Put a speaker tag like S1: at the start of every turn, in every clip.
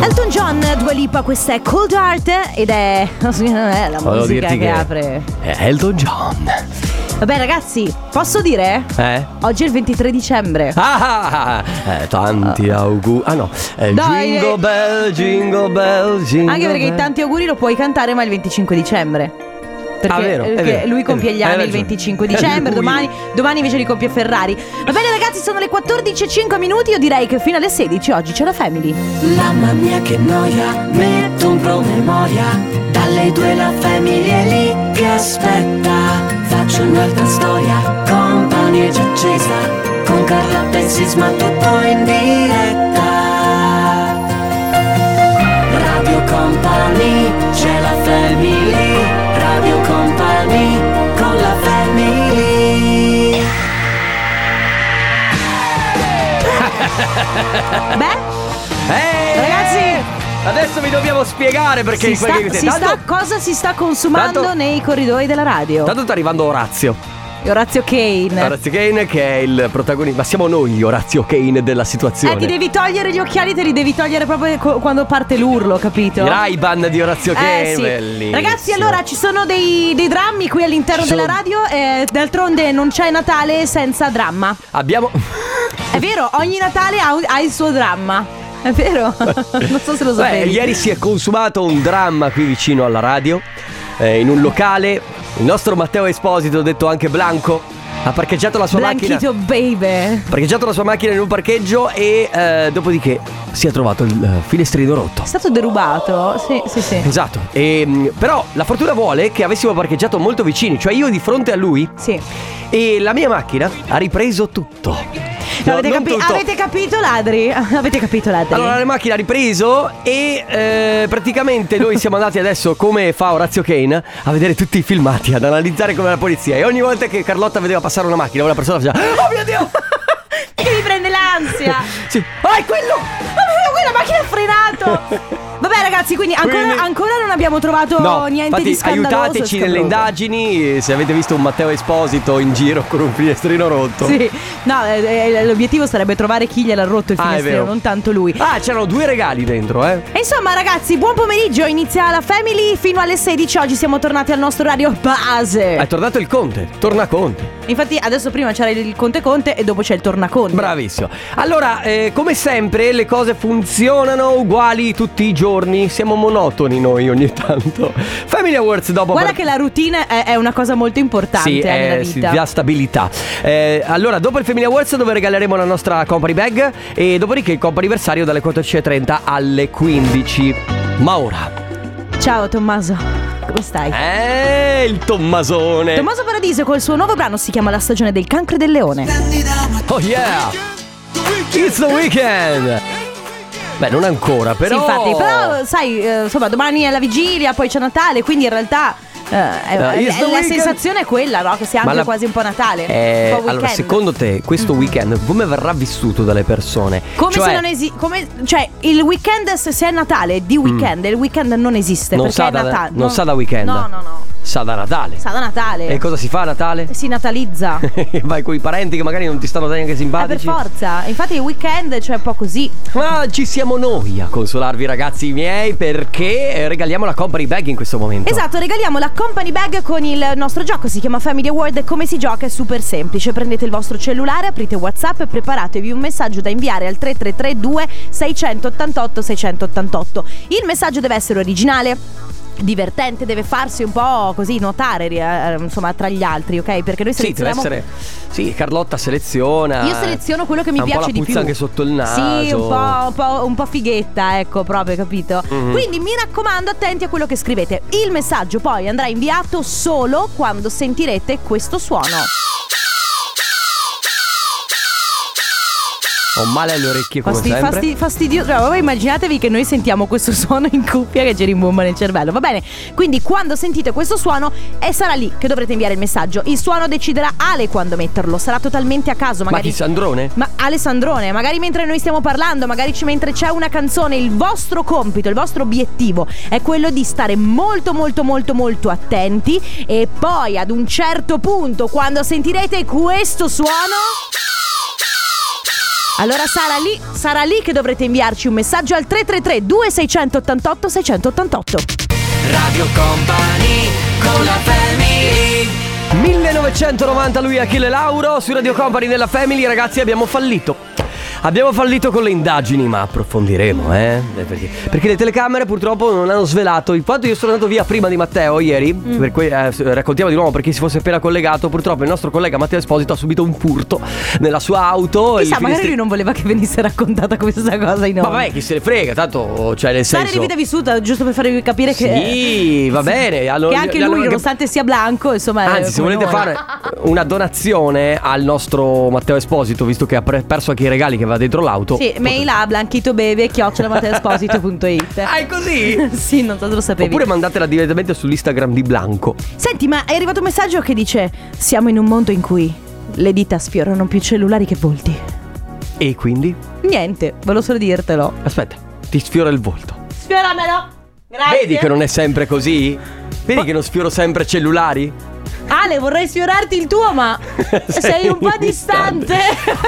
S1: Elton John, Dua Lipa, questa è Cold Heart ed è, è la
S2: Volevo
S1: musica che,
S2: dirti che-
S1: apre.
S2: È Elton John.
S1: Vabbè ragazzi, posso dire?
S2: Eh?
S1: Oggi è il 23 dicembre.
S2: Ah, eh, tanti auguri. Ah no, eh,
S1: Dai,
S2: jingle
S1: eh.
S2: bell, jingle bell, jingle
S1: Anche perché
S2: bell.
S1: tanti auguri lo puoi cantare ma il 25 dicembre. Perché,
S2: Ah, vero, è
S1: perché
S2: vero,
S1: lui
S2: è
S1: compie gli
S2: vero, hai
S1: anni il
S2: ragione.
S1: 25
S2: È
S1: dicembre,
S2: lui.
S1: domani, domani invece li compie Ferrari. Va bene ragazzi, sono le 14.05 minuti, io direi che fino alle 16 oggi c'è la Family.
S3: Mamma mia che noia, metto un promemoria Dalle due la famiglia è lì che aspetta Faccio un'altra storia, compagnia già accesa Con Carla Pensis ma tutto in diretta Radio Company, c'è la family Radio Company, con la family
S1: Beh,
S2: Eh,
S1: Ragazzi!
S2: Adesso vi dobbiamo spiegare perché
S1: si
S2: quelli
S1: sta,
S2: che-
S1: si
S2: tanto,
S1: sta- cosa si sta consumando
S2: tanto-
S1: nei corridoi della radio?
S2: tanto sta arrivando Orazio.
S1: Orazio Kane.
S2: Orazio Kane che è il protagonista. Ma siamo noi gli Orazio Kane della situazione.
S1: Eh, ti devi togliere gli occhiali, te li devi togliere proprio co- quando parte l'urlo, capito?
S2: I Ray-Ban di Orazio Kane.
S1: Eh, sì.
S2: bellissimo.
S1: Ragazzi, allora ci sono dei, dei drammi qui all'interno
S2: Ci sono-
S1: della radio. eh, d'altronde non c'è Natale senza dramma.
S2: Abbiamo.
S1: È vero, ogni Natale ha, un- ha il suo dramma. È vero? non so se lo
S2: Beh,
S1: sapevi.
S2: ieri si è consumato un dramma qui vicino alla radio, eh, in un locale. Il nostro Matteo Esposito, detto anche Blanco, ha parcheggiato la sua macchina.
S1: Blanchito baby.
S2: Ha parcheggiato la sua macchina in un parcheggio e eh, dopodiché si è trovato il eh, finestrino rotto.
S1: È stato derubato. Sì, sì, sì.
S2: Esatto. E, mh, però la fortuna vuole che avessimo parcheggiato molto vicini, cioè io di fronte a lui
S1: Sì.
S2: e la mia macchina ha ripreso tutto. No,
S1: avete,
S2: non
S1: capi-
S2: tutto.
S1: avete capito, ladri? avete capito, ladri?
S2: Allora la macchina ha ripreso e eh, praticamente noi siamo andati adesso come fa Orazio Kane a vedere tutti i filmati, ad analizzare come la polizia e ogni volta che Carlotta vedeva passare una macchina una persona faceva Oh mio Dio!
S1: Che mi prende l'ansia.
S2: sì. Ah è quello!
S1: Ma mia, quella macchina ha frenato! Vabbè ragazzi, quindi ancora,
S2: Quindi-
S1: ancora non abbiamo trovato
S2: No,
S1: niente
S2: infatti
S1: di scandaloso e
S2: aiutateci nelle
S1: scabroso.
S2: indagini eh, se avete visto un Matteo Esposito in giro con un finestrino rotto.
S1: Sì, no, eh, eh, l'obiettivo sarebbe trovare chi gliel'ha rotto il
S2: Ah, è
S1: finestrino,
S2: vero.
S1: non tanto lui.
S2: Ah, c'erano due regali dentro, eh.
S1: E insomma ragazzi, buon pomeriggio, inizia la Family fino alle 16, oggi siamo tornati al nostro radio
S2: È
S1: base.
S2: tornato il Conte, torna Conte.
S1: Infatti adesso prima c'era il Conte Conte e dopo c'è il Tornaconte.
S2: Bravissimo. Allora, eh, come sempre, le cose funzionano uguali tutti i giorni. Siamo monotoni noi ogni tanto. Family Awards dopo.
S1: Guarda
S2: per-
S1: che la routine è, è una cosa molto importante
S2: Sì,
S1: eh,
S2: eh,
S1: nella
S2: sì,
S1: vita.
S2: dà stabilità. Eh, allora, dopo il Family Awards, dove regaleremo la nostra company bag. E dopodiché il comp anniversario dalle 14.30 alle 15. Ma ora,
S1: Ciao Tommaso, come stai?
S2: eh, il Tommasone.
S1: Tommaso Paradiso col suo nuovo brano si chiama La stagione del cancro e del leone.
S2: Oh yeah! It's the weekend! Beh, non ancora, però.
S1: Sì, infatti, però sai, eh, insomma, domani è la vigilia, poi c'è Natale, quindi in realtà eh, è-
S2: No,
S1: è-
S2: it's the
S1: la
S2: weekend.
S1: sensazione è quella, no? Che sia
S2: Ma
S1: anche
S2: la-
S1: quasi un po' Natale.
S2: Eh,
S1: un po' weekend. Mm-hmm.
S2: allora, secondo te, questo weekend come verrà vissuto dalle persone?
S1: Come
S2: Cioè,
S1: se non esiste. Cioè, il weekend, se se è Natale, è di weekend, il weekend non esiste.
S2: Mm. non
S1: perché
S2: sa,
S1: è
S2: da,
S1: Natale.
S2: non sa da weekend.
S1: No, no, no.
S2: Sa da Natale.
S1: Sa da Natale.
S2: E cosa si fa a Natale?
S1: Si natalizza. Eh,
S2: Vai con i parenti che magari non ti stanno neanche
S1: per
S2: simpatici.
S1: forza. Infatti, il weekend c'è un po' così.
S2: Ma ci siamo noi a consolarvi, ragazzi miei, perché eh, regaliamo la company bag in questo momento.
S1: Esatto, regaliamo la company bag con il nostro gioco, si chiama Family Award e come si gioca è super semplice. Prendete il vostro cellulare, aprite WhatsApp e preparatevi un messaggio da inviare al 3332 688 688. Il messaggio deve essere originale. Divertente, deve farsi un po' così notare, ri- eh, insomma, tra gli altri, ok? Perché noi
S2: Sì, deve
S1: selezioniamo
S2: essere. Sì, Carlotta seleziona.
S1: io seleziono quello che mi
S2: Ha Eh, un po'
S1: piace
S2: la
S1: di
S2: puzza
S1: più.
S2: anche sotto il naso.
S1: Sì, un po', un po'- un po' fighetta, ecco, proprio, capito?
S2: Mhm.
S1: Quindi mi raccomando, attenti a quello che scrivete. Il messaggio poi andrà inviato solo quando sentirete questo suono.
S2: Ho male alle orecchie come
S1: Fasti-
S2: sempre.
S1: fasti- fastidioso. Cioè, voi immaginatevi che noi sentiamo questo suono in cuffia che ci rimbomba nel cervello, va bene? Quindi quando sentite questo suono eh, sarà lì che dovrete inviare il messaggio. Il suono deciderà Ale quando metterlo, sarà totalmente a caso,
S2: Ma
S1: magari
S2: chi Sandrone?
S1: Ma Alessandrone, magari mentre noi stiamo parlando, magari ci- mentre c'è una canzone, il vostro compito, il vostro obiettivo è quello di stare molto molto molto molto attenti e poi ad un certo punto quando sentirete questo suono Allora sarà lì, sarà lì che dovrete inviarci un messaggio al 333 2688 688.
S3: Radio Company con la family
S2: 1990 lui è Achille Lauro su Radio Company della Family, ragazzi abbiamo fallito. Abbiamo fallito con le indagini, ma approfondiremo, eh? Eh, Perché, perché le telecamere purtroppo non hanno svelato. In quanto io sono andato via prima di Matteo ieri,
S1: Mm.
S2: per cui, eh, s- raccontiamo di nuovo per chi si fosse appena collegato, purtroppo il nostro collega Matteo Esposito ha subito un furto nella sua auto. e il
S1: Chissà, magari
S2: finestri-
S1: lui non voleva che venisse raccontata questa cosa in
S2: Ma
S1: onda.
S2: vabbè, chi se ne frega, tanto cioè nel
S1: Storia di
S2: senso...
S1: vita vissuta, giusto per farvi capire che...
S2: Sì, va bene. allora-
S1: Che anche
S2: allora-
S1: lui, nonostante sia blanco, insomma... è
S2: Anzi, se
S1: Eh, come
S2: volete
S1: noi.
S2: fare una donazione al nostro Matteo Esposito, visto che ha pre- perso anche i regali che aveva dentro l'auto.
S1: Sì, mail a
S2: Ah,
S1: blanchitobeve.it
S2: è così?
S1: Sì, non so se lo sapevi.
S2: Oppure mandatela direttamente sull'Instagram di Blanco.
S1: Senti, ma è arrivato un messaggio che dice: Siamo in un mondo in cui le dita sfiorano più cellulari che volti.
S2: E quindi?
S1: Niente, volevo solo dirtelo.
S2: Aspetta, ti sfiora il volto.
S1: Sfioramelo! Grazie.
S2: Vedi che non è sempre così? Vedi che non sfioro sempre cellulari?
S1: Ale, vorrei sfiorarti il tuo, ma sei, un po' distante.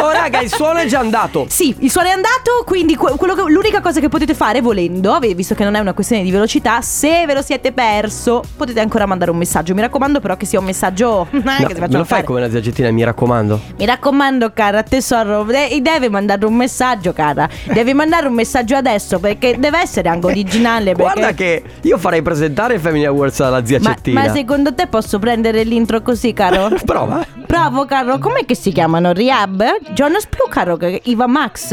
S2: Oh, raga, il suono è già andato.
S1: Sì, il suono è andato, quindi que- quello che- l'unica cosa che potete fare volendo, vi- visto che non è una questione di velocità, se ve lo siete perso, potete ancora mandare un messaggio. Mi raccomando però che sia un messaggio eh,
S2: No,
S1: che si
S2: me
S1: faccia
S2: lo fai
S1: fare.
S2: come la ziagettina, mi raccomando.
S1: Mi raccomando, cara, tesoro, de- devi mandare un messaggio, cara. Devi mandare un messaggio adesso perché deve essere anche originale. perché-
S2: Guarda che io farei presentare Family Awards alla zia
S1: Ma,
S2: Cettina.
S1: ma secondo te posso prendere l'intro così, caro?
S2: Prova.
S1: Bravo, caro. Com'è che si chiamano? Rehab? Jonas Blue, caro. che- Iva Max?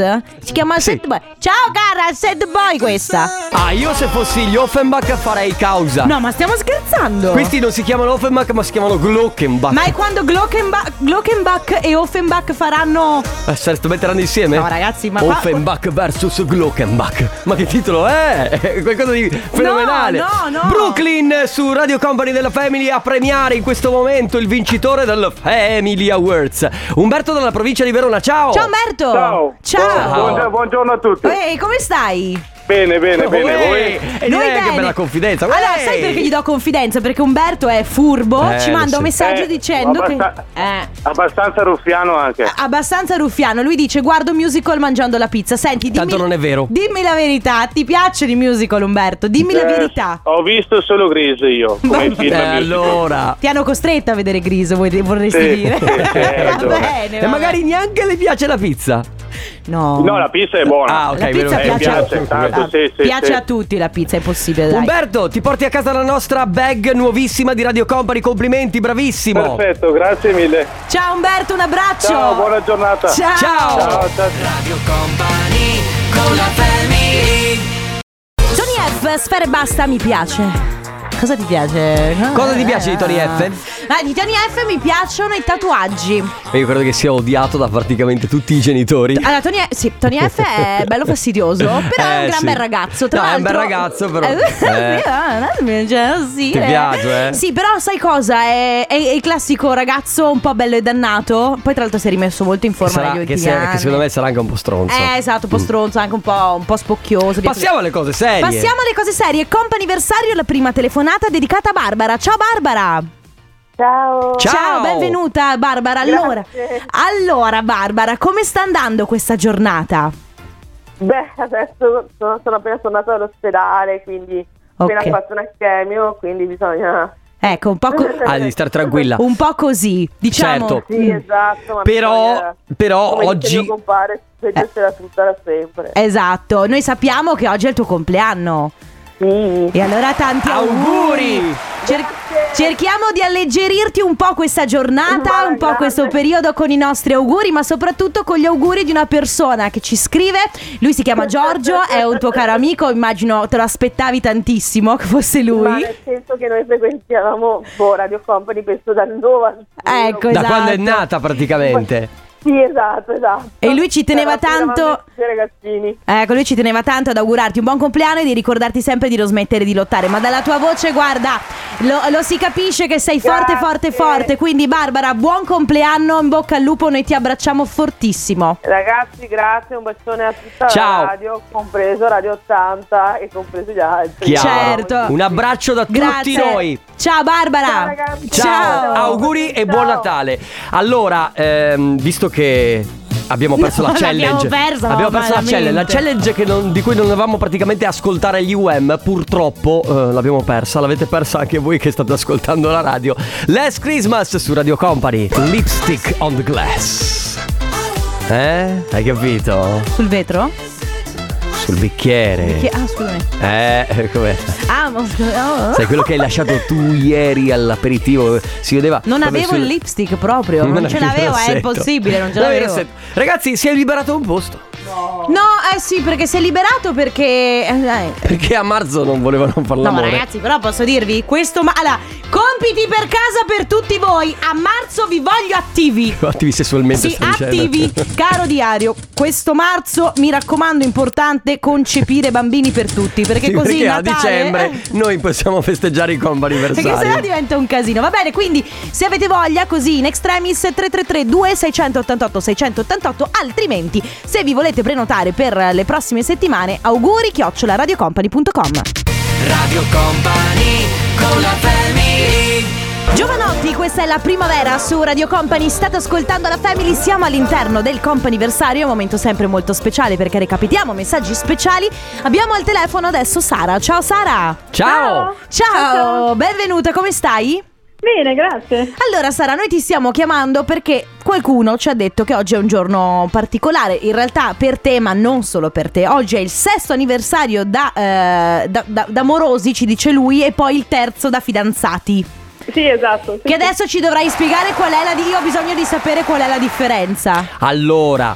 S1: Si chiama
S2: Sì.
S1: Sad Boy. Ciao, cara, Sad Boy questa.
S2: Ah, io se fossi gli Offenbach farei causa.
S1: No, ma stiamo scherzando.
S2: Questi non si chiamano Offenbach, ma si chiamano Glockenbach.
S1: Ma è quando Glockenbach, Glockenbach e Offenbach faranno...
S2: Eh, se lo metteranno insieme?
S1: No, ragazzi, ma qua-
S2: Offenbach versus Glockenbach. Ma che titolo è? È qualcosa di fenomenale.
S1: no, no.
S2: Brooklyn su Radio Company della Family a premiare in questo momento il vincitore del Family Awards. Umberto dalla provincia di Verona, ciao.
S1: Ciao, Merto.
S4: Ciao. Oh,
S1: Ciao.
S4: Buongiorno, buongiorno a tutti.
S1: Ehi, come stai?
S4: Bene, bene, bene.
S2: Uè,
S4: Voi?
S2: E
S1: Noi
S2: direi
S1: bene.
S2: Eh, che bella confidenza.
S1: Allora,
S2: Uè.
S1: sai perché gli do confidenza? Perché Umberto è furbo,
S2: Eh,
S1: ci
S2: lo
S1: manda
S2: so.
S1: un messaggio
S4: Eh,
S1: dicendo
S4: abbasta-
S1: che... Eh.
S4: Abbastanza ruffiano anche.
S2: Eh.
S1: Abbastanza ruffiano, lui dice guardo musical mangiando la pizza. Senti, dimmi,
S2: Tanto non è vero.
S1: dimmi la verità, ti piacciono i musical Umberto? Dimmi la
S4: Eh,
S1: verità.
S4: Ho visto solo Grease io, come
S2: Eh,
S4: film. musical.
S2: allora.
S1: Ti hanno costretto a vedere Griso, vuoi- vorresti
S4: Sì,
S1: dire?
S4: sì, hai
S1: Va
S4: Eh, ragione.
S1: bene.
S2: E
S1: va
S2: Eh, magari neanche le piace la pizza.
S1: bene. No.
S4: No, la pizza è buona.
S2: Ah, ok,
S1: la pizza
S2: meno male.
S1: piace,
S4: Eh, piace tanto,
S1: Ah,
S4: sì, sì,
S1: piace
S4: sì.
S1: a tutti la pizza, è possibile. Dai.
S2: Umberto, ti porti a casa la nostra bag nuovissima di Radio Company. Complimenti, bravissimo.
S4: Perfetto, grazie mille.
S1: Ciao Umberto, un abbraccio.
S4: Ciao, buona giornata.
S1: Ciao.
S2: Ciao.
S4: Ciao, ciao.
S1: Tony F, Sfera e Basta mi piace. Cosa ti piace? Eh.
S2: Cosa ti piace di Tony F?
S1: Ah, di Tony F mi piacciono i tatuaggi.
S2: Io credo che sia odiato da praticamente tutti i genitori.
S1: Allora, Tony, sì, Tony F è bello fastidioso, però è
S2: Eh,
S1: un gran
S2: sì.
S1: bel ragazzo. Tra
S2: No, è un bel
S1: l'altro-
S2: ragazzo, però.
S1: Eh, sì,
S2: Eh.
S1: eh, cioè, sì,
S2: Ti
S1: eh.
S2: piace, eh?
S1: Sì, però sai cosa? È, è- è il classico ragazzo un po' bello e dannato. Poi, tra l'altro, si è rimesso molto in forma
S2: Sarà-
S1: negli
S2: che,
S1: ultimi
S2: se-
S1: anni.
S2: che secondo me sarà anche un po' stronzo. Mm.
S1: Eh, esatto, un po' stronzo, anche un po', un po' spocchioso. via
S2: Passiamo alle cose
S1: così.
S2: serie.
S1: Passiamo alle cose serie. Comp'anniversario, la prima telefonata dedicata a Barbara. Ciao Barbara!
S5: Ciao.
S2: Ciao.
S1: benvenuta Barbara. Allora,
S5: Grazie.
S1: allora Barbara, come sta andando questa giornata?
S5: Beh, adesso sono, sono appena tornata dall'ospedale, quindi ho
S1: Ok.
S5: appena fatto un ischemio, quindi bisogna...
S1: Ecco, un po', co-
S2: Ah, di stare tranquilla.
S1: un po' così, diciamo.
S2: Certo.
S5: Sì,
S1: Mm.
S5: esatto. Ma
S2: Però-
S5: bisogna-
S2: però
S5: come
S2: oggi- Eh.
S5: Dice mio compare, prendersela tutta da sempre.
S1: Esatto, noi sappiamo che oggi è il tuo compleanno.
S5: Sì.
S1: E allora tanti auguri.
S2: Auguri!
S1: Cer- cerchiamo di alleggerirti un po' questa giornata,
S5: Ma
S1: un po'
S5: grazie.
S1: questo periodo con i nostri auguri, ma soprattutto con gli auguri di una persona che ci scrive. Lui si chiama Giorgio, è un tuo caro amico, immagino te lo aspettavi tantissimo che fosse
S5: Ma
S1: lui.
S5: nel senso che noi frequentiamo boh, Radio Company questo dal 90.
S1: Ecco,
S2: Da quando è
S1: Esatto.
S2: nata praticamente.
S5: Sì, esatto, esatto.
S1: E lui ci teneva
S5: Eravamo-
S1: tanto-
S5: eravamo tutti ragazzini.
S1: Ecco, lui ci teneva tanto ad augurarti un buon compleanno e di ricordarti sempre di non smettere di lottare. Ma dalla tua voce, guarda, lo, lo si capisce che sei forte, forte,
S5: Grazie.
S1: forte. Quindi, Barbara, buon compleanno, in bocca al lupo, noi ti abbracciamo fortissimo.
S5: Ragazzi, grazie, un bacione a tutta
S2: Ciao.
S5: la radio, compreso Radio 80 e compreso gli altri.
S2: Chiaro.
S1: Certo.
S2: Un abbraccio da
S1: Grazie.
S2: tutti noi.
S1: Ciao, Barbara.
S5: Ciao, ragazzi.
S2: Ciao,
S5: Ciao.
S2: auguri e buon
S5: Ciao.
S2: Natale. Allora, ehm, visto che Abbiamo perso
S1: No,
S2: la challenge.
S1: l'abbiamo persa,
S2: Abbiamo perso la
S1: malamente.
S2: challenge. La challenge che non- di cui non dovevamo praticamente ascoltare gli UM, purtroppo eh, l'abbiamo persa. L'avete persa anche voi che state ascoltando la radio. Last Christmas su Radio Company. Lipstick on the glass. Eh? Hai capito?
S1: Sul vetro?
S2: Sul bicchiere.
S1: Chi- Ah, scusami.
S2: Eh, com'è?
S1: Ah, ma scusa.
S2: Sai quello che hai lasciato tu ieri all'aperitivo? Si vedeva.
S1: Non
S2: proprio
S1: avevo
S2: sul-
S1: il lipstick proprio, non, ce
S2: avevi il
S1: l'avevo, eh, è
S2: rossetto.
S1: impossibile, non ce
S2: avevi il
S1: l'avevo.
S2: rossetto. Ragazzi, si è liberato un posto.
S1: No, eh sì, perché si è liberato perché... eh, dai.
S2: Perché a marzo non volevano
S1: No,
S2: far
S1: ma
S2: l'amore.
S1: ragazzi, però posso dirvi, questo... Ma- allora, compiti per casa per tutti voi, a marzo vi voglio attivi.
S2: Attivi sessualmente
S1: Sì,
S2: sto dicendo.
S1: attivi, caro diario. Questo marzo, mi raccomando, è importante concepire bambini per tutti. Perché
S2: Sì,
S1: così
S2: perché a
S1: Natale-
S2: dicembre
S1: eh,
S2: noi possiamo festeggiare il combo
S1: Perché sennò
S2: anniversario.
S1: diventa un casino. Va bene, quindi se avete voglia, così in extremis 333 2688 688. Altrimenti, se vi volete prenotare per le prossime settimane, auguri chiocciolaradiocompany.com.
S2: Radio Company con la
S1: Giovanotti, questa è la primavera su Radio Company, state ascoltando la Family, siamo all'interno del Companiversario, un momento sempre molto speciale perché recapitiamo messaggi speciali. Abbiamo al telefono adesso Sara. Ciao Sara!
S2: Ciao.
S1: Ciao, benvenuta, come stai?
S5: Bene, Eh, grazie.
S1: Allora Sara, noi ti stiamo chiamando perché qualcuno ci ha detto che oggi è un giorno particolare, in realtà per te, ma non solo per te. Oggi è il sesto anniversario da, eh, da- da- da morosi, ci dice lui, e poi il terzo da fidanzati.
S5: Sì, esatto. sì,
S1: Che
S5: sì.
S1: adesso ci dovrai spiegare qual è la di- Io ho bisogno di sapere qual è la differenza.
S2: Allora,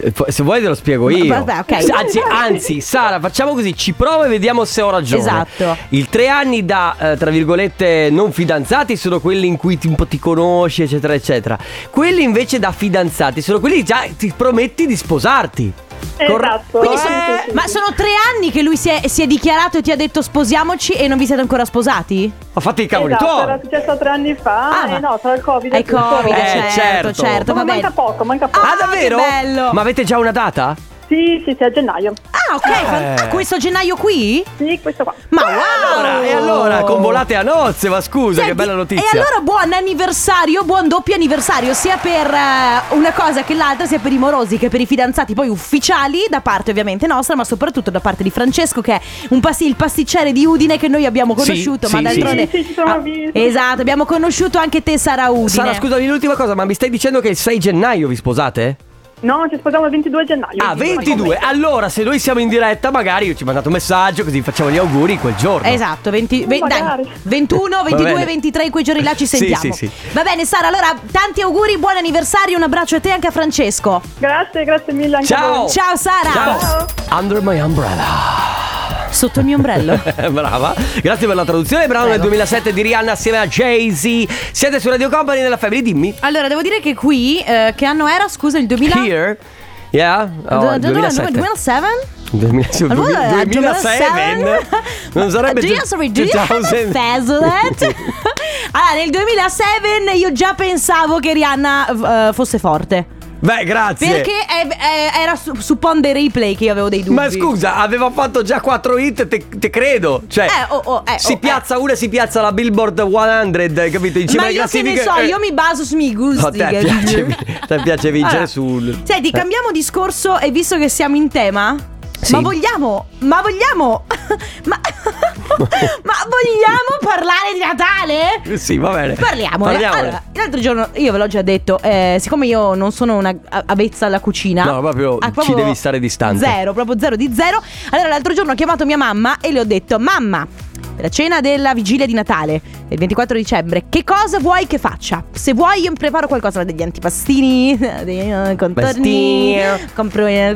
S2: eh, se vuoi te lo spiego
S1: Ma-
S2: io.
S1: vabbè, ok.
S2: Anzi, anzi, Sara, facciamo così, ci provo e vediamo se ho ragione.
S1: Esatto.
S2: I tre anni da, eh, tra virgolette, non fidanzati sono quelli in cui ti, un po' ti conosci, eccetera, eccetera. Quelli invece da fidanzati sono quelli che già ti prometti di sposarti.
S5: Esatto.
S1: Quindi
S5: Eh,
S1: sono-
S5: sì, sì,
S1: ma
S5: sì.
S1: sono tre anni che lui si è, si è dichiarato e ti ha detto sposiamoci e non vi siete ancora sposati?
S2: Ma fatti i cavoli
S5: esatto,
S2: tuoi.
S5: era successo tre anni fa.
S1: Ah, ma-
S5: eh, no, tra il Covid e
S1: È
S5: tutto.
S1: Covid,
S5: Eh,
S2: Eh, certo.
S1: certo, certo,
S5: ma
S1: va bene.
S5: manca poco, manca poco.
S2: Ah,
S1: Ah, che
S2: davvero?
S1: bello.
S2: Ma avete già una data?
S5: Sì, sì, sì, a gennaio.
S1: Ah, ok, fan- ah, questo gennaio qui?
S5: Sì, questo qua.
S1: Ma
S2: E
S1: wow!
S2: Eh. allora, e
S5: Oh.
S2: allora, convolate a nozze, ma scusa,
S1: Oh. Senti,
S2: che bella notizia.
S1: E allora buon anniversario, buon doppio anniversario, sia per eh, una cosa che l'altra, sia per i morosi che per i fidanzati poi ufficiali, da parte ovviamente nostra, ma soprattutto da parte di Francesco che è un passi- il pasticcere di Udine che noi abbiamo
S2: Sì,
S1: conosciuto,
S2: sì,
S1: ma
S2: sì,
S1: d'altronde...
S5: Sì, sì, ci siamo visti.
S1: Esatto, abbiamo conosciuto anche te Sara Udine.
S2: Sara, scusami, l'ultima cosa, ma mi stai dicendo che il 6 gennaio vi sposate?
S5: No, ci sposiamo il 22 gennaio.
S2: Ah, 22. Allora, se noi siamo in diretta, magari ci mandate un messaggio così facciamo gli auguri quel giorno.
S1: Esatto, 20 ve- dai,
S5: magari.
S1: 21,
S2: Oh, Va
S1: 22,
S2: bene.
S1: 23, quei giorni là ci
S2: Sì,
S1: sentiamo.
S2: sì, sì.
S1: Va bene Sara, allora tanti auguri, buon anniversario, un abbraccio a te e anche a Francesco.
S5: Grazie, grazie mille anche a
S2: Ciao.
S5: voi.
S1: Ciao Sara!
S2: Oh.
S1: Esatto.
S2: Ciao. Under my umbrella.
S1: Sotto il mio ombrello.
S2: Brava. Grazie per la traduzione. Bravo nel
S1: Prego.
S2: 2007 di Rihanna assieme a Jay-Z. Siete su Radio Company nella Family, dimmi.
S1: Allora, devo dire che qui, eh, che anno era? Scusa, il 2000...
S2: Here. Yeah.
S1: Do-
S2: Oh,
S1: do- do-
S2: 2007.
S1: 2007?
S2: 2000
S1: Allora,
S2: 2007 non sarebbe
S1: do you, sorry, do you have a
S2: 2000.
S1: phaselet? allora, nel 2007 io già pensavo che Rihanna eh, fosse forte.
S2: Beh grazie
S1: Perché è- è- era su, su Pon the Replay che io avevo dei dubbi.
S2: ma scusa, aveva fatto già 4 hit, te, te credo. Cioè,
S1: Eh, oh, oh, eh,
S2: si
S1: oh,
S2: piazza una, si piazza la Billboard 100, capito? In cima
S1: Ma
S2: alle
S1: io che ne
S2: classifiche,
S1: so,
S2: eh.
S1: io mi baso sui miei gusti.
S2: No, a te
S1: che-
S2: piace vi- a te piace vincere
S1: Allora,
S2: sul-
S1: Senti,
S2: Eh.
S1: cambiamo discorso e visto che siamo in tema.
S2: Sì.
S1: Ma vogliamo, ma vogliamo, ma, ma vogliamo parlare di Natale?
S2: eh, Sì, va bene.
S1: Parliamone.
S2: Parliamone.
S1: Allora, l'altro giorno io ve l'ho già detto, eh, siccome io non sono una a- avezza alla cucina, ah,
S2: No, proprio ci devi stare distante.
S1: Zero, proprio zero di zero. Allora, l'altro giorno ho chiamato mia mamma e le ho detto: Mamma, per la cena della vigilia di Natale, del 24 dicembre, che cosa vuoi che faccia? Se vuoi, io preparo qualcosa degli antipastini, dei eh, contorni.
S2: Pastini.
S1: Compro. eh,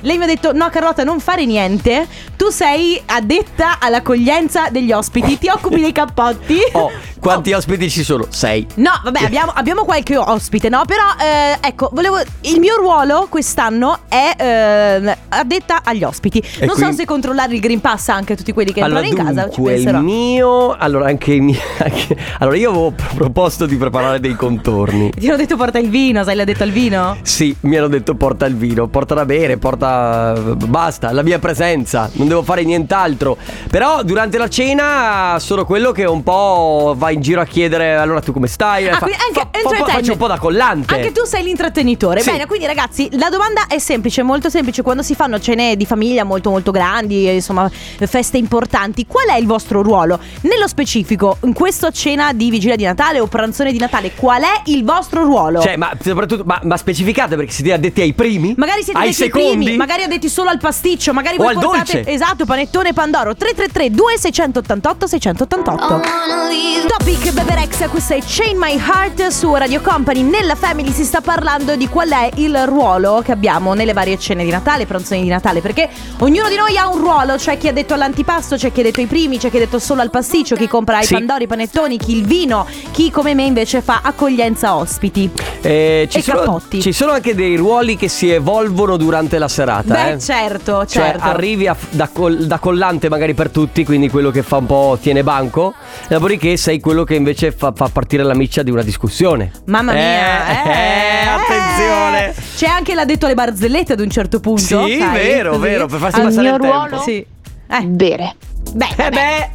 S1: Lei mi ha detto: No, Carlotta, non fare niente. Tu sei addetta all'accoglienza degli ospiti, ti occupi dei cappotti.
S2: Oh, quanti ospiti ci sono? 6.
S1: No, vabbè, abbiamo, abbiamo qualche ospite, no? Però, eh, ecco, volevo. Il mio ruolo quest'anno è eh, addetta agli ospiti.
S2: E
S1: non so
S2: quindi-
S1: se controllare il Green Pass anche a tutti quelli che
S2: allora,
S1: entrano in casa. Ci
S2: dunque,
S1: penserò.
S2: il mio, allora anche i miei. anche- Allora, io avevo proposto di preparare dei contorni.
S1: Ti hanno detto porta il vino, sai, l'ha detto al vino?
S2: Sì, mi hanno detto porta il vino, porta da bere, porta. basta, la mia presenza, non devo fare nient'altro. Però durante la cena sono quello che un po' va in giro a chiedere allora tu come stai.
S1: Ah,
S2: Fa-
S1: quindi anche
S2: fa- fa- fa-
S1: entertainment.
S2: faccio un po' da collante.
S1: Anche tu sei l'intrattenitore.
S2: Sì.
S1: Bene, quindi ragazzi, la domanda è semplice, molto semplice. Quando si fanno cene di famiglia molto molto grandi, eh, insomma, feste importanti, qual è il vostro ruolo? Nello specifico, in questa cena di vigilia di Natale o pranzone di Natale, qual è il vostro ruolo?
S2: Cioè, ma soprattutto, ma, ma specificate perché siete addetti ai primi?
S1: Magari siete
S2: ai
S1: detti i
S2: secondi?
S1: primi, magari addetti solo al pasticcio, magari
S2: O
S1: voi
S2: al
S1: portate
S2: dolce.
S1: esatto, panettone Pandoro 333 2688 688. Topic Beberex, questa è Chain My Heart su Radio Company. Nella Family si sta parlando di qual è il ruolo che abbiamo nelle varie cene di Natale, pranzoni di Natale, perché ognuno di noi ha un ruolo, c'è chi ha detto all'antipasto, c'è chi ha detto i primi, c'è chi ha detto solo al pasticcio, chi compra i
S2: Sì.
S1: pandori, i panettoni, chi il vino, chi come me invece fa accoglienza ospiti.
S2: Eh, ci,
S1: E
S2: sono,
S1: cappotti.
S2: ci sono anche dei ruoli che si evolvono durante la serata.
S1: Beh,
S2: eh.
S1: certo, certo.
S2: Cioè, arrivi a- da, col- da collante magari per tutti, quindi quello che fa un po' tiene banco, e dopodiché sei quello che invece fa, fa partire la miccia di una discussione.
S1: Mamma mia,
S2: Eh, eh, attenzione.
S1: C'è anche l'ha detto alle barzellette ad un certo punto. sai,
S2: Sì, vero,
S1: così.
S2: vero, per farsi
S6: Al
S2: passare
S6: mio
S2: il tempo.
S6: ruolo?
S1: Sì. Eh,
S6: Bere.
S1: beh,
S2: Eh
S1: vabbè.
S2: beh,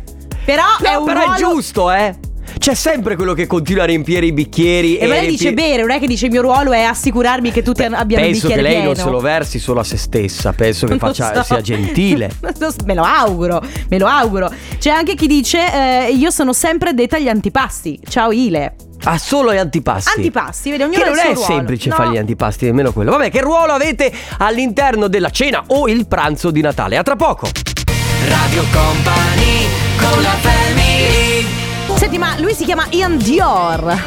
S1: però
S2: no,
S1: è un
S2: però
S1: ruolo...
S2: è giusto, eh. C'è sempre quello che continua a riempire i bicchieri.
S1: E lei dice
S2: riempire-
S1: bere, non è che dice il mio ruolo è assicurarmi che tutti abbiano il
S2: Penso
S1: bicchiere
S2: che lei
S1: pieno.
S2: non se lo versi solo a se stessa, penso che
S1: Non
S2: faccia-
S1: so.
S2: sia gentile.
S1: Non so, me lo auguro, me lo auguro. C'è anche chi dice eh, io sono sempre detta agli antipasti. Ciao Ile.
S2: Ha solo gli antipasti.
S1: Antipasti, vedi, ognuno
S2: Che
S1: ha il
S2: non è
S1: suo ruolo.
S2: semplice
S1: No.
S2: fare gli antipasti, nemmeno quello. Vabbè, che ruolo avete all'interno della cena o il pranzo di Natale? A tra poco. Radio Company con la
S1: Senti, ma lui si chiama Ian Dior.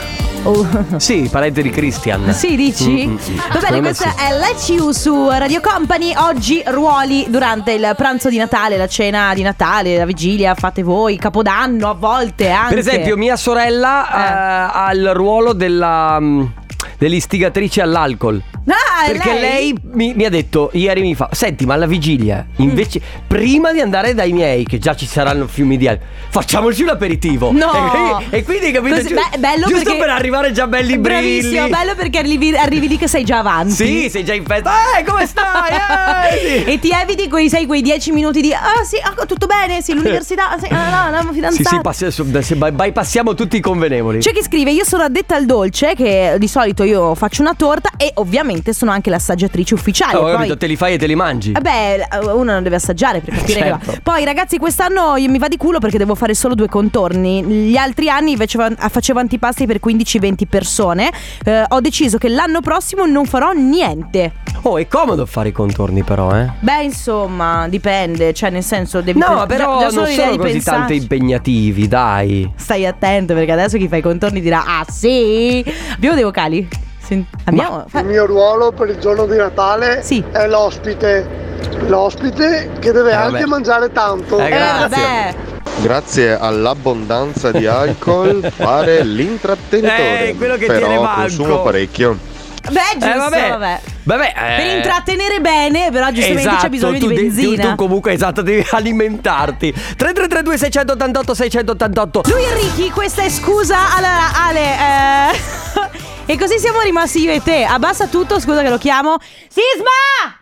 S1: Oh.
S2: Sì, parente di Christian.
S1: Sì, dici?
S2: Mm, mm, mm.
S1: Va bene,
S2: Secondo me
S1: questa è Let You su Radio Company. Oggi ruoli durante il pranzo di Natale, la cena di Natale, la vigilia, fate voi, Capodanno a volte anche.
S2: Per esempio, mia sorella eh, ha il ruolo della, mm, dell'istigatrice all'alcol.
S1: Ah, è
S2: Perché lei, mi, mi ha detto ieri mi fa Senti ma alla vigilia
S1: Mm.
S2: Invece Prima di andare dai miei Che già ci saranno fiumi di alcol Facciamoci un aperitivo
S1: No.
S2: E quindi, e quindi, capito
S1: Così,
S2: giu-
S1: beh, bello
S2: Giusto
S1: perché-
S2: per arrivare già belli
S1: Bravissimo,
S2: brilli
S1: bello perché arrivi, arrivi lì che sei già avanti.
S2: Sì sei già in festa Eh come stai Eh, sì.
S1: e ti eviti quei, sai, quei dieci minuti di Ah sì, ah, tutto bene, sì, l'università, sì, ah, no, no,
S2: Sì
S1: fidanzata
S2: sì passi- se by- bypassiamo tutti i convenevoli
S1: C'è chi scrive: Io sono addetta al dolce, che di solito io faccio una torta e ovviamente sono anche l'assaggiatrice ufficiale.
S2: Oh,
S1: Cioè,
S2: ho
S1: Poi- Eh,
S2: capito, Te li fai e te li mangi
S1: Vabbè, uno non deve assaggiare per capire che va.
S2: Certo.
S1: Poi, ragazzi, quest'anno io mi va di culo perché devo fare solo due contorni. Gli altri anni invece fa- facevo antipasti per 15-20 persone. Eh, ho deciso che l'anno prossimo non farò niente.
S2: Oh è comodo fare i contorni però eh
S1: Beh, insomma, dipende. Cioè, nel senso, devi
S2: No,
S1: già-
S2: però
S1: già solo
S2: non
S1: l'idea
S2: sono
S1: di
S2: così
S1: pensarci.
S2: tanto impegnativi, dai.
S1: Stai attento perché adesso chi fa i contorni dirà: Ah, sì. Abbiamo dei vocali? Sen- abbiamo. fa-
S7: Il mio ruolo per il giorno di Natale
S1: Sì.
S7: è l'ospite. L'ospite che deve
S2: Eh, vabbè.
S7: anche mangiare tanto.
S2: Eh,
S1: Eh,
S2: grazie.
S1: vabbè.
S8: Grazie all'abbondanza di alcol fare l'intrattenitore.
S2: Eh, quello che
S8: però
S2: tiene banco.
S8: consumo parecchio.
S1: Beh, giusto,
S2: Eh, vabbè.
S1: vabbè.
S2: Vabbè,
S1: Per
S2: eh,
S1: intrattenere bene, però giustamente
S2: esatto,
S1: c'è bisogno
S2: tu
S1: di
S2: de- tu-
S1: benzina.
S2: Tu, comunque, esatto, devi alimentarti. 3332 688 688.
S1: Lui e Ricky, questa è scusa. Allora, Ale, eh, e così siamo rimasti io e te. Abbassa tutto, scusa che lo chiamo. Sisma!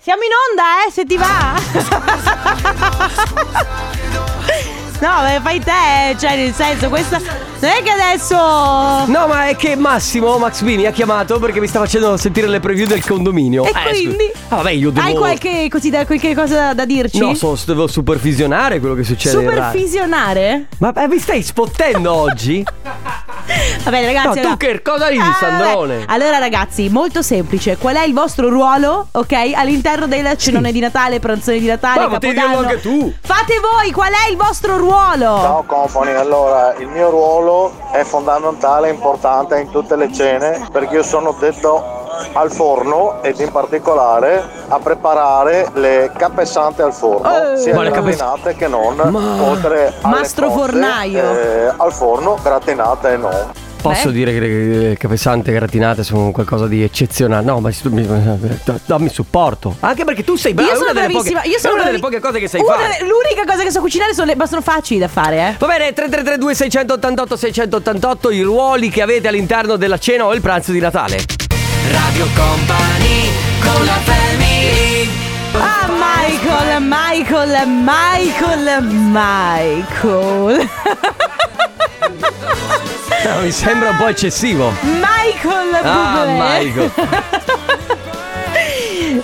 S1: Siamo in onda, eh, se ti va. No, beh, fai te, cioè nel senso, questa... Non è che adesso...
S2: No, ma è che Massimo Max B mi ha chiamato perché mi sta facendo sentire le preview del condominio.
S1: E
S2: Eh, scusa.
S1: quindi...
S2: Ah, vabbè, io devo
S1: Hai qualche, così, da- qualche cosa da dirci?
S2: No, so, cioè, devo supervisionare quello che succede. in radio.
S1: Supervisionare?
S2: Ma eh, mi stai spottendo oggi?
S1: Va bene ragazzi
S2: No, tu
S1: allora-
S2: che cosa ridi,
S1: Ah,
S2: Sandrone?
S1: vabbè. Allora ragazzi molto semplice Qual è il vostro ruolo ok all'interno del cenone di Natale Pranzone di Natale
S2: Ma potevi
S1: Capodanno
S2: dirlo anche tu.
S1: Fate voi qual è il vostro ruolo
S9: Ciao company, allora il mio ruolo è fondamentale e importante in tutte le cene perché io sono detto al forno ed in particolare a preparare le capesante al forno,
S1: Eh.
S9: sia
S2: Ma le capes-
S9: gratinate che non,
S2: Ma-
S9: oltre alle
S1: Mastro
S9: cozze,
S1: fornaio.
S9: eh, al forno gratinate e non.
S2: Posso
S1: Beh.
S2: dire che le- le capesante gratinate sono qualcosa di eccezionale. No, ma stu- mi- da- dammi supporto. Anche perché tu sei brava.
S1: Io
S2: è
S1: sono
S2: una delle
S1: bravissima
S2: poche-
S1: Io sono
S2: è una delle
S1: bravi-
S2: poche cose che sai
S1: Una
S2: fare.
S1: delle- L'unica cosa che so cucinare sono le- Ma sono facili da fare eh
S2: Va bene, 3332 688 688 i ruoli che avete all'interno della cena o il pranzo di Natale. Radio Company con la
S1: Ah Michael, Michael, Michael, Michael.
S2: Mi sembra un po' eccessivo.
S1: Michael
S2: Ah,
S1: Bublé.
S2: Michael.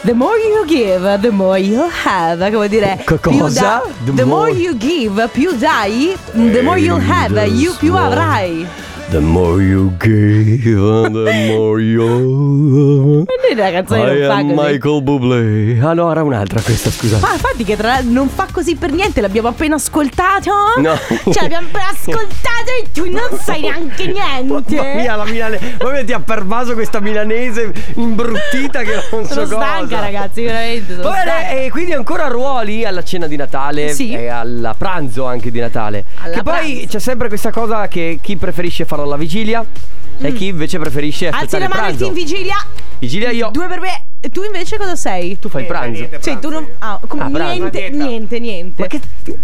S1: The more you give, the more you have. Come dire,
S2: Co-
S1: più
S2: cosa?
S1: da-
S2: The
S1: the, more...
S2: more-
S1: you give, più dai, the more you have, you più avrai.
S2: The more you give, the more you.
S1: E lei la canzone non fa così.
S2: Bublé. Ah no, era un'altra questa, scusate.
S1: Ma infatti che tra l'altro non fa così per niente, l'abbiamo appena ascoltato.
S2: No.
S1: Cioè l'abbiamo appena ascoltato e tu non sai neanche niente.
S2: Mamma mia, la milanese. Poi ti ha pervaso questa milanese imbruttita che non so
S1: sono
S2: cosa.
S1: stanca ragazzi, veramente. Sono
S2: Va
S1: stanca.
S2: bene, e quindi ancora ruoli alla cena di Natale
S1: Sì.
S2: e alla pranzo anche di Natale.
S1: Alla
S2: che poi
S1: pranzo.
S2: c'è sempre questa cosa che chi preferisce farlo alla vigilia e chi invece preferisce
S1: Mm. Alzi
S2: aspettare
S1: la
S2: il
S1: mano il
S2: pranzo.
S1: team vigilia.
S2: vigilia io.
S1: Due per me. E Tu invece cosa sei?
S2: Tu fai il pranzo.
S1: Cioè, tu non. Ah, come
S2: Ah, bravo.
S1: niente, niente, niente.
S2: Ma che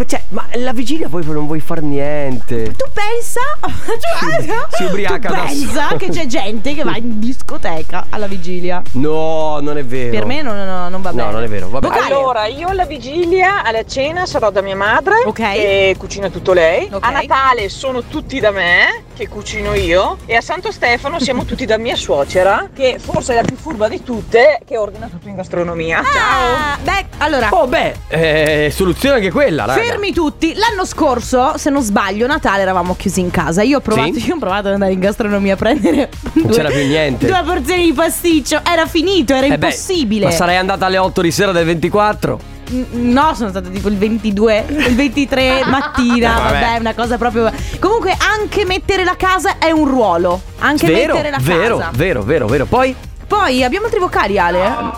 S2: cioè, ma la vigilia poi non vuoi far niente.
S1: Tu pensa.
S2: Cioè, Si- si ubriaca
S1: Tu
S2: da
S1: pensa
S2: solo.
S1: che c'è gente che va in discoteca alla vigilia.
S2: No, non è vero.
S1: Per me non, no, non va bene.
S2: No, non è vero, va bene.
S1: Vocale.
S6: Allora, io alla vigilia, alla cena sarò da mia madre
S1: Ok.
S6: che cucina tutto lei.
S1: Ok.
S6: A Natale sono tutti da me che cucino io e a Santo Stefano siamo tutti da mia suocera che forse è la più furba di tutte che ordina tutto in gastronomia.
S1: Ah, Beh, allora.
S2: Oh, beh, eh, soluzione anche quella, raga.
S1: Fermi tutti, l'anno scorso, se non sbaglio, Natale eravamo chiusi in casa. Io ho provato,
S2: Sì.
S1: io ho provato ad andare in gastronomia a prendere
S2: Non
S1: due-
S2: c'era più niente.
S1: Due porzioni di pasticcio, era finito, era
S2: Eh beh,
S1: impossibile.
S2: ma sarei andata alle 8 di sera del 24.
S1: Mm, No, sono stata tipo il 22, il 23 mattina.
S2: Eh, vabbè.
S1: vabbè, è una cosa proprio. Comunque, anche mettere la casa è un ruolo. Anche
S2: vero,
S1: mettere la
S2: vero,
S1: casa.
S2: vero, vero, vero. Poi
S1: Poi abbiamo altri vocali, Ale.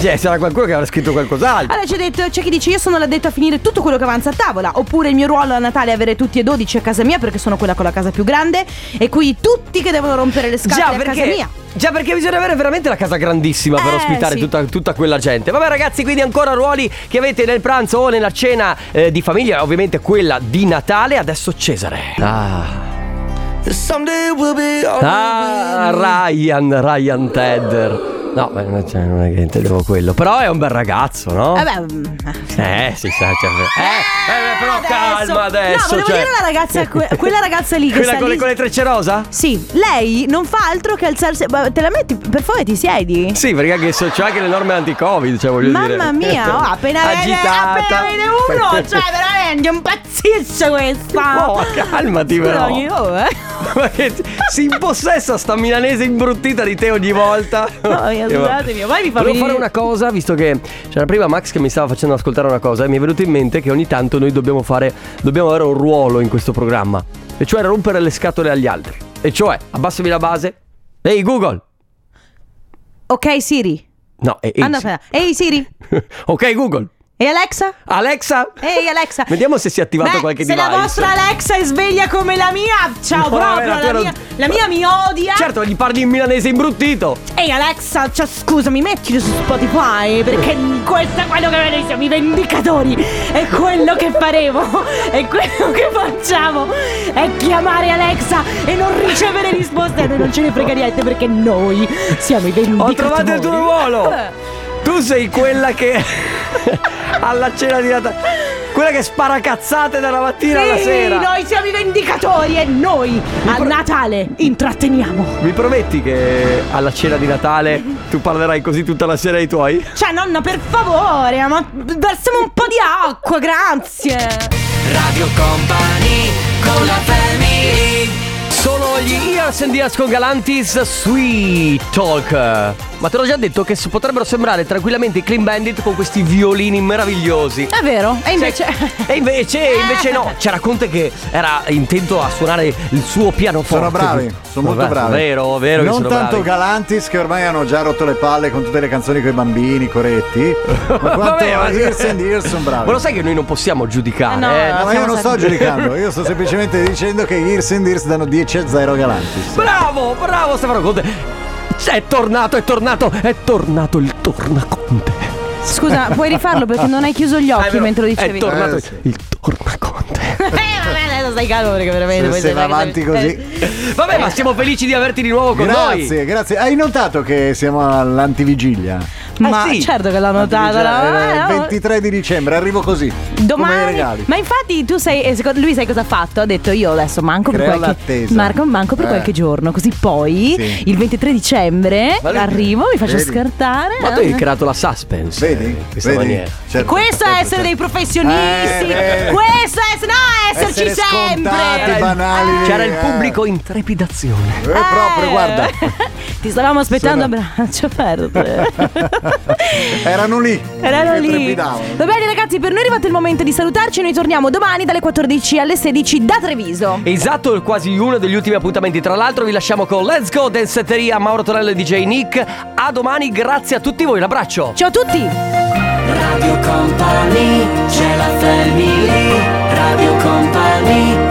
S2: cioè, sarà qualcuno che avrà scritto qualcos'altro.
S1: Allora c'è, detto, c'è chi dice: Io sono l'addetto a finire tutto quello che avanza a tavola. Oppure il mio ruolo a Natale è avere tutti e 12 a casa mia perché sono quella con la casa più grande. E quindi tutti che devono rompere le scatole
S2: Già
S1: a
S2: perché,
S1: casa mia.
S2: già perché bisogna avere veramente la casa grandissima per
S1: Eh,
S2: ospitare
S1: sì.
S2: tutta, tutta quella gente. Vabbè ragazzi, quindi ancora ruoli che avete nel pranzo o nella cena eh, di famiglia, ovviamente quella di Natale. Adesso Cesare. Ah. Ah, Ryan, Ryan Tedder. No, beh, non cioè, non è che intendevo quello. Però è un bel ragazzo, no?
S1: Vabbè. mm,
S2: Eh, si sa, cioè, eh, eh, però
S1: adesso-
S2: calma adesso.
S1: No, volevo
S2: cioè.
S1: dire una ragazza, que- quella ragazza lì che
S2: Quella
S1: sta
S2: con le,
S1: lì
S2: con le trecce rosa?
S1: Sì, lei non fa altro che alzarsi. Ma Te la metti, per favore, ti siedi.
S2: Sì, perché anche so- c'è anche le norme anti-covid, cioè voglio dire.
S1: Mamma mia, oh, appena, vede,
S2: Agitata.
S1: appena vede uno, cioè veramente impazzisce questa.
S2: Oh, calmati però.
S1: Però io, eh.
S2: Ma che si impossessa sta milanese imbruttita di te ogni volta.
S1: No,
S2: E
S1: io,
S2: vabbè.
S1: scusatemi, poi mi fa
S2: Volevo
S1: venire-
S2: fare una cosa, visto che c'era prima Max che mi stava facendo ascoltare una cosa, e mi è venuto in mente che ogni tanto noi dobbiamo fare, dobbiamo avere un ruolo in questo programma, e cioè rompere le scatole agli altri. E cioè, abbassami la base. Ehi Google!
S1: Ok, Siri.
S2: No, e, e-
S1: Ah, no, aspetta. Ehi, Siri.
S2: Ok Google!
S1: E Alexa?
S2: Alexa!
S1: Ehi, Alexa.
S2: Vediamo se si è attivato
S1: Beh,
S2: qualche
S1: se
S2: device.
S1: la vostra Alexa è sveglia come la mia, ciao
S2: No, vabbè,
S1: proprio.
S2: la
S1: La,
S2: tua non-
S1: mia, la mia mi odia.
S2: Certo, gli parli in milanese imbruttito.
S1: Ehi Alexa, cioè scusami, mettilo su Spotify perché questo è quello che noi siamo, i vendicatori. E quello che faremo, e quello che facciamo è chiamare Alexa e non ricevere risposte. A noi non ce ne frega niente perché noi siamo i vendicatori.
S2: Ho trovato il tuo ruolo. Tu sei quella che alla cena di Natale quella che spara cazzate dalla mattina alla
S1: Sì,
S2: sera.
S1: noi siamo i vendicatori e noi a Natale intratteniamo.
S2: Mi prometti che alla cena di Natale tu parlerai così tutta la sera ai tuoi?
S1: Cioè, nonna, per favore, ma versiamo un po' di acqua, grazie.
S2: Sono gli Ears and Ears con Galantis Sweet Talk. Ma te l'ho già detto che s- potrebbero sembrare tranquillamente i Clean Bandit con questi violini meravigliosi. Cioè,
S1: È vero, e invece.
S2: E invece, invece no, c'era Conte che era intento a suonare il suo pianoforte.
S10: Sono bravi, sono molto bravi.
S2: Vero, vero. che
S10: Non
S2: sono
S10: tanto
S2: bravi.
S10: Galantis che ormai hanno già rotto le palle con tutte le canzoni con i bambini, coretti. Ma quanto
S2: Vabbè, ma-
S10: Ears and Ears sono bravi.
S2: Ma lo sai che noi non possiamo giudicare.
S1: Eh no,
S2: eh?
S10: No, ma
S1: siamo
S10: io non sto
S1: stati-
S10: giudicando, io sto semplicemente dicendo che Ears and Ears danno 10 a 0 a Galantis.
S2: Bravo, bravo Stefano Conte. È tornato, è tornato, è tornato il tornaconte.
S1: Scusa, puoi rifarlo perché non hai chiuso gli
S2: Ah, è
S1: occhi
S2: vero,
S1: mentre lo
S2: È
S1: dicevi. Eh,
S2: tornato
S10: Eh, sì.
S2: il tornaconte.
S1: vabbè, adesso stai calore che veramente.
S10: Se,
S1: poi
S10: se
S1: stai
S10: va avanti
S1: calore.
S10: così.
S1: Eh,
S2: Vabbè, ma siamo felici di averti di nuovo con noi.
S10: Grazie, grazie. Hai notato che siamo all'antivigilia?
S1: Ma
S2: sì.
S1: certo che l'ho notata.
S10: Già, eh,
S1: no? Eh, no.
S10: 23 di dicembre, arrivo così. Come i
S1: Domani,
S10: regali.
S1: ma infatti tu sei, eh, secondo lui sai cosa ha fatto? Ha detto io adesso manco
S10: Crea
S1: per qualche,
S10: l'attesa.
S1: Marco, manco per
S10: Eh.
S1: qualche giorno, così poi
S10: Sì.
S1: il 23 dicembre
S2: Ma lui-
S1: arrivo, mi faccio
S10: Vedi?
S1: scartare.
S2: Ma tu hai
S1: eh.
S2: creato la suspense.
S10: Vedi?
S2: eh, in questa
S10: Vedi?
S2: maniera.
S10: Certo,
S1: Questo è
S10: certo,
S1: essere dei
S10: certo.
S1: professionisti,
S10: Eh, vero.
S1: questo è no, è esserci
S10: Essere scontati,
S1: sempre.
S10: banali.
S2: C'era il
S10: eh.
S2: pubblico in trepidazione.
S10: Eh, proprio,
S1: Eh.
S10: guarda.
S1: Ti stavamo aspettando
S10: Sono-
S1: a braccio aperto.
S10: Erano lì.
S1: Erano
S10: che
S1: lì.
S10: trepidavano.
S1: Va bene ragazzi, per noi è arrivato il momento di salutarci. Noi torniamo domani dalle 14 alle 16 da Treviso.
S2: Esatto, quasi uno degli ultimi appuntamenti. Tra l'altro, vi lasciamo con Let's Go Danzetteria, Mauro Torello e DJ Nick. A domani, grazie a tutti voi. Un abbraccio.
S1: Ciao a tutti!
S3: Radio Company, c'è la family. Radio Company,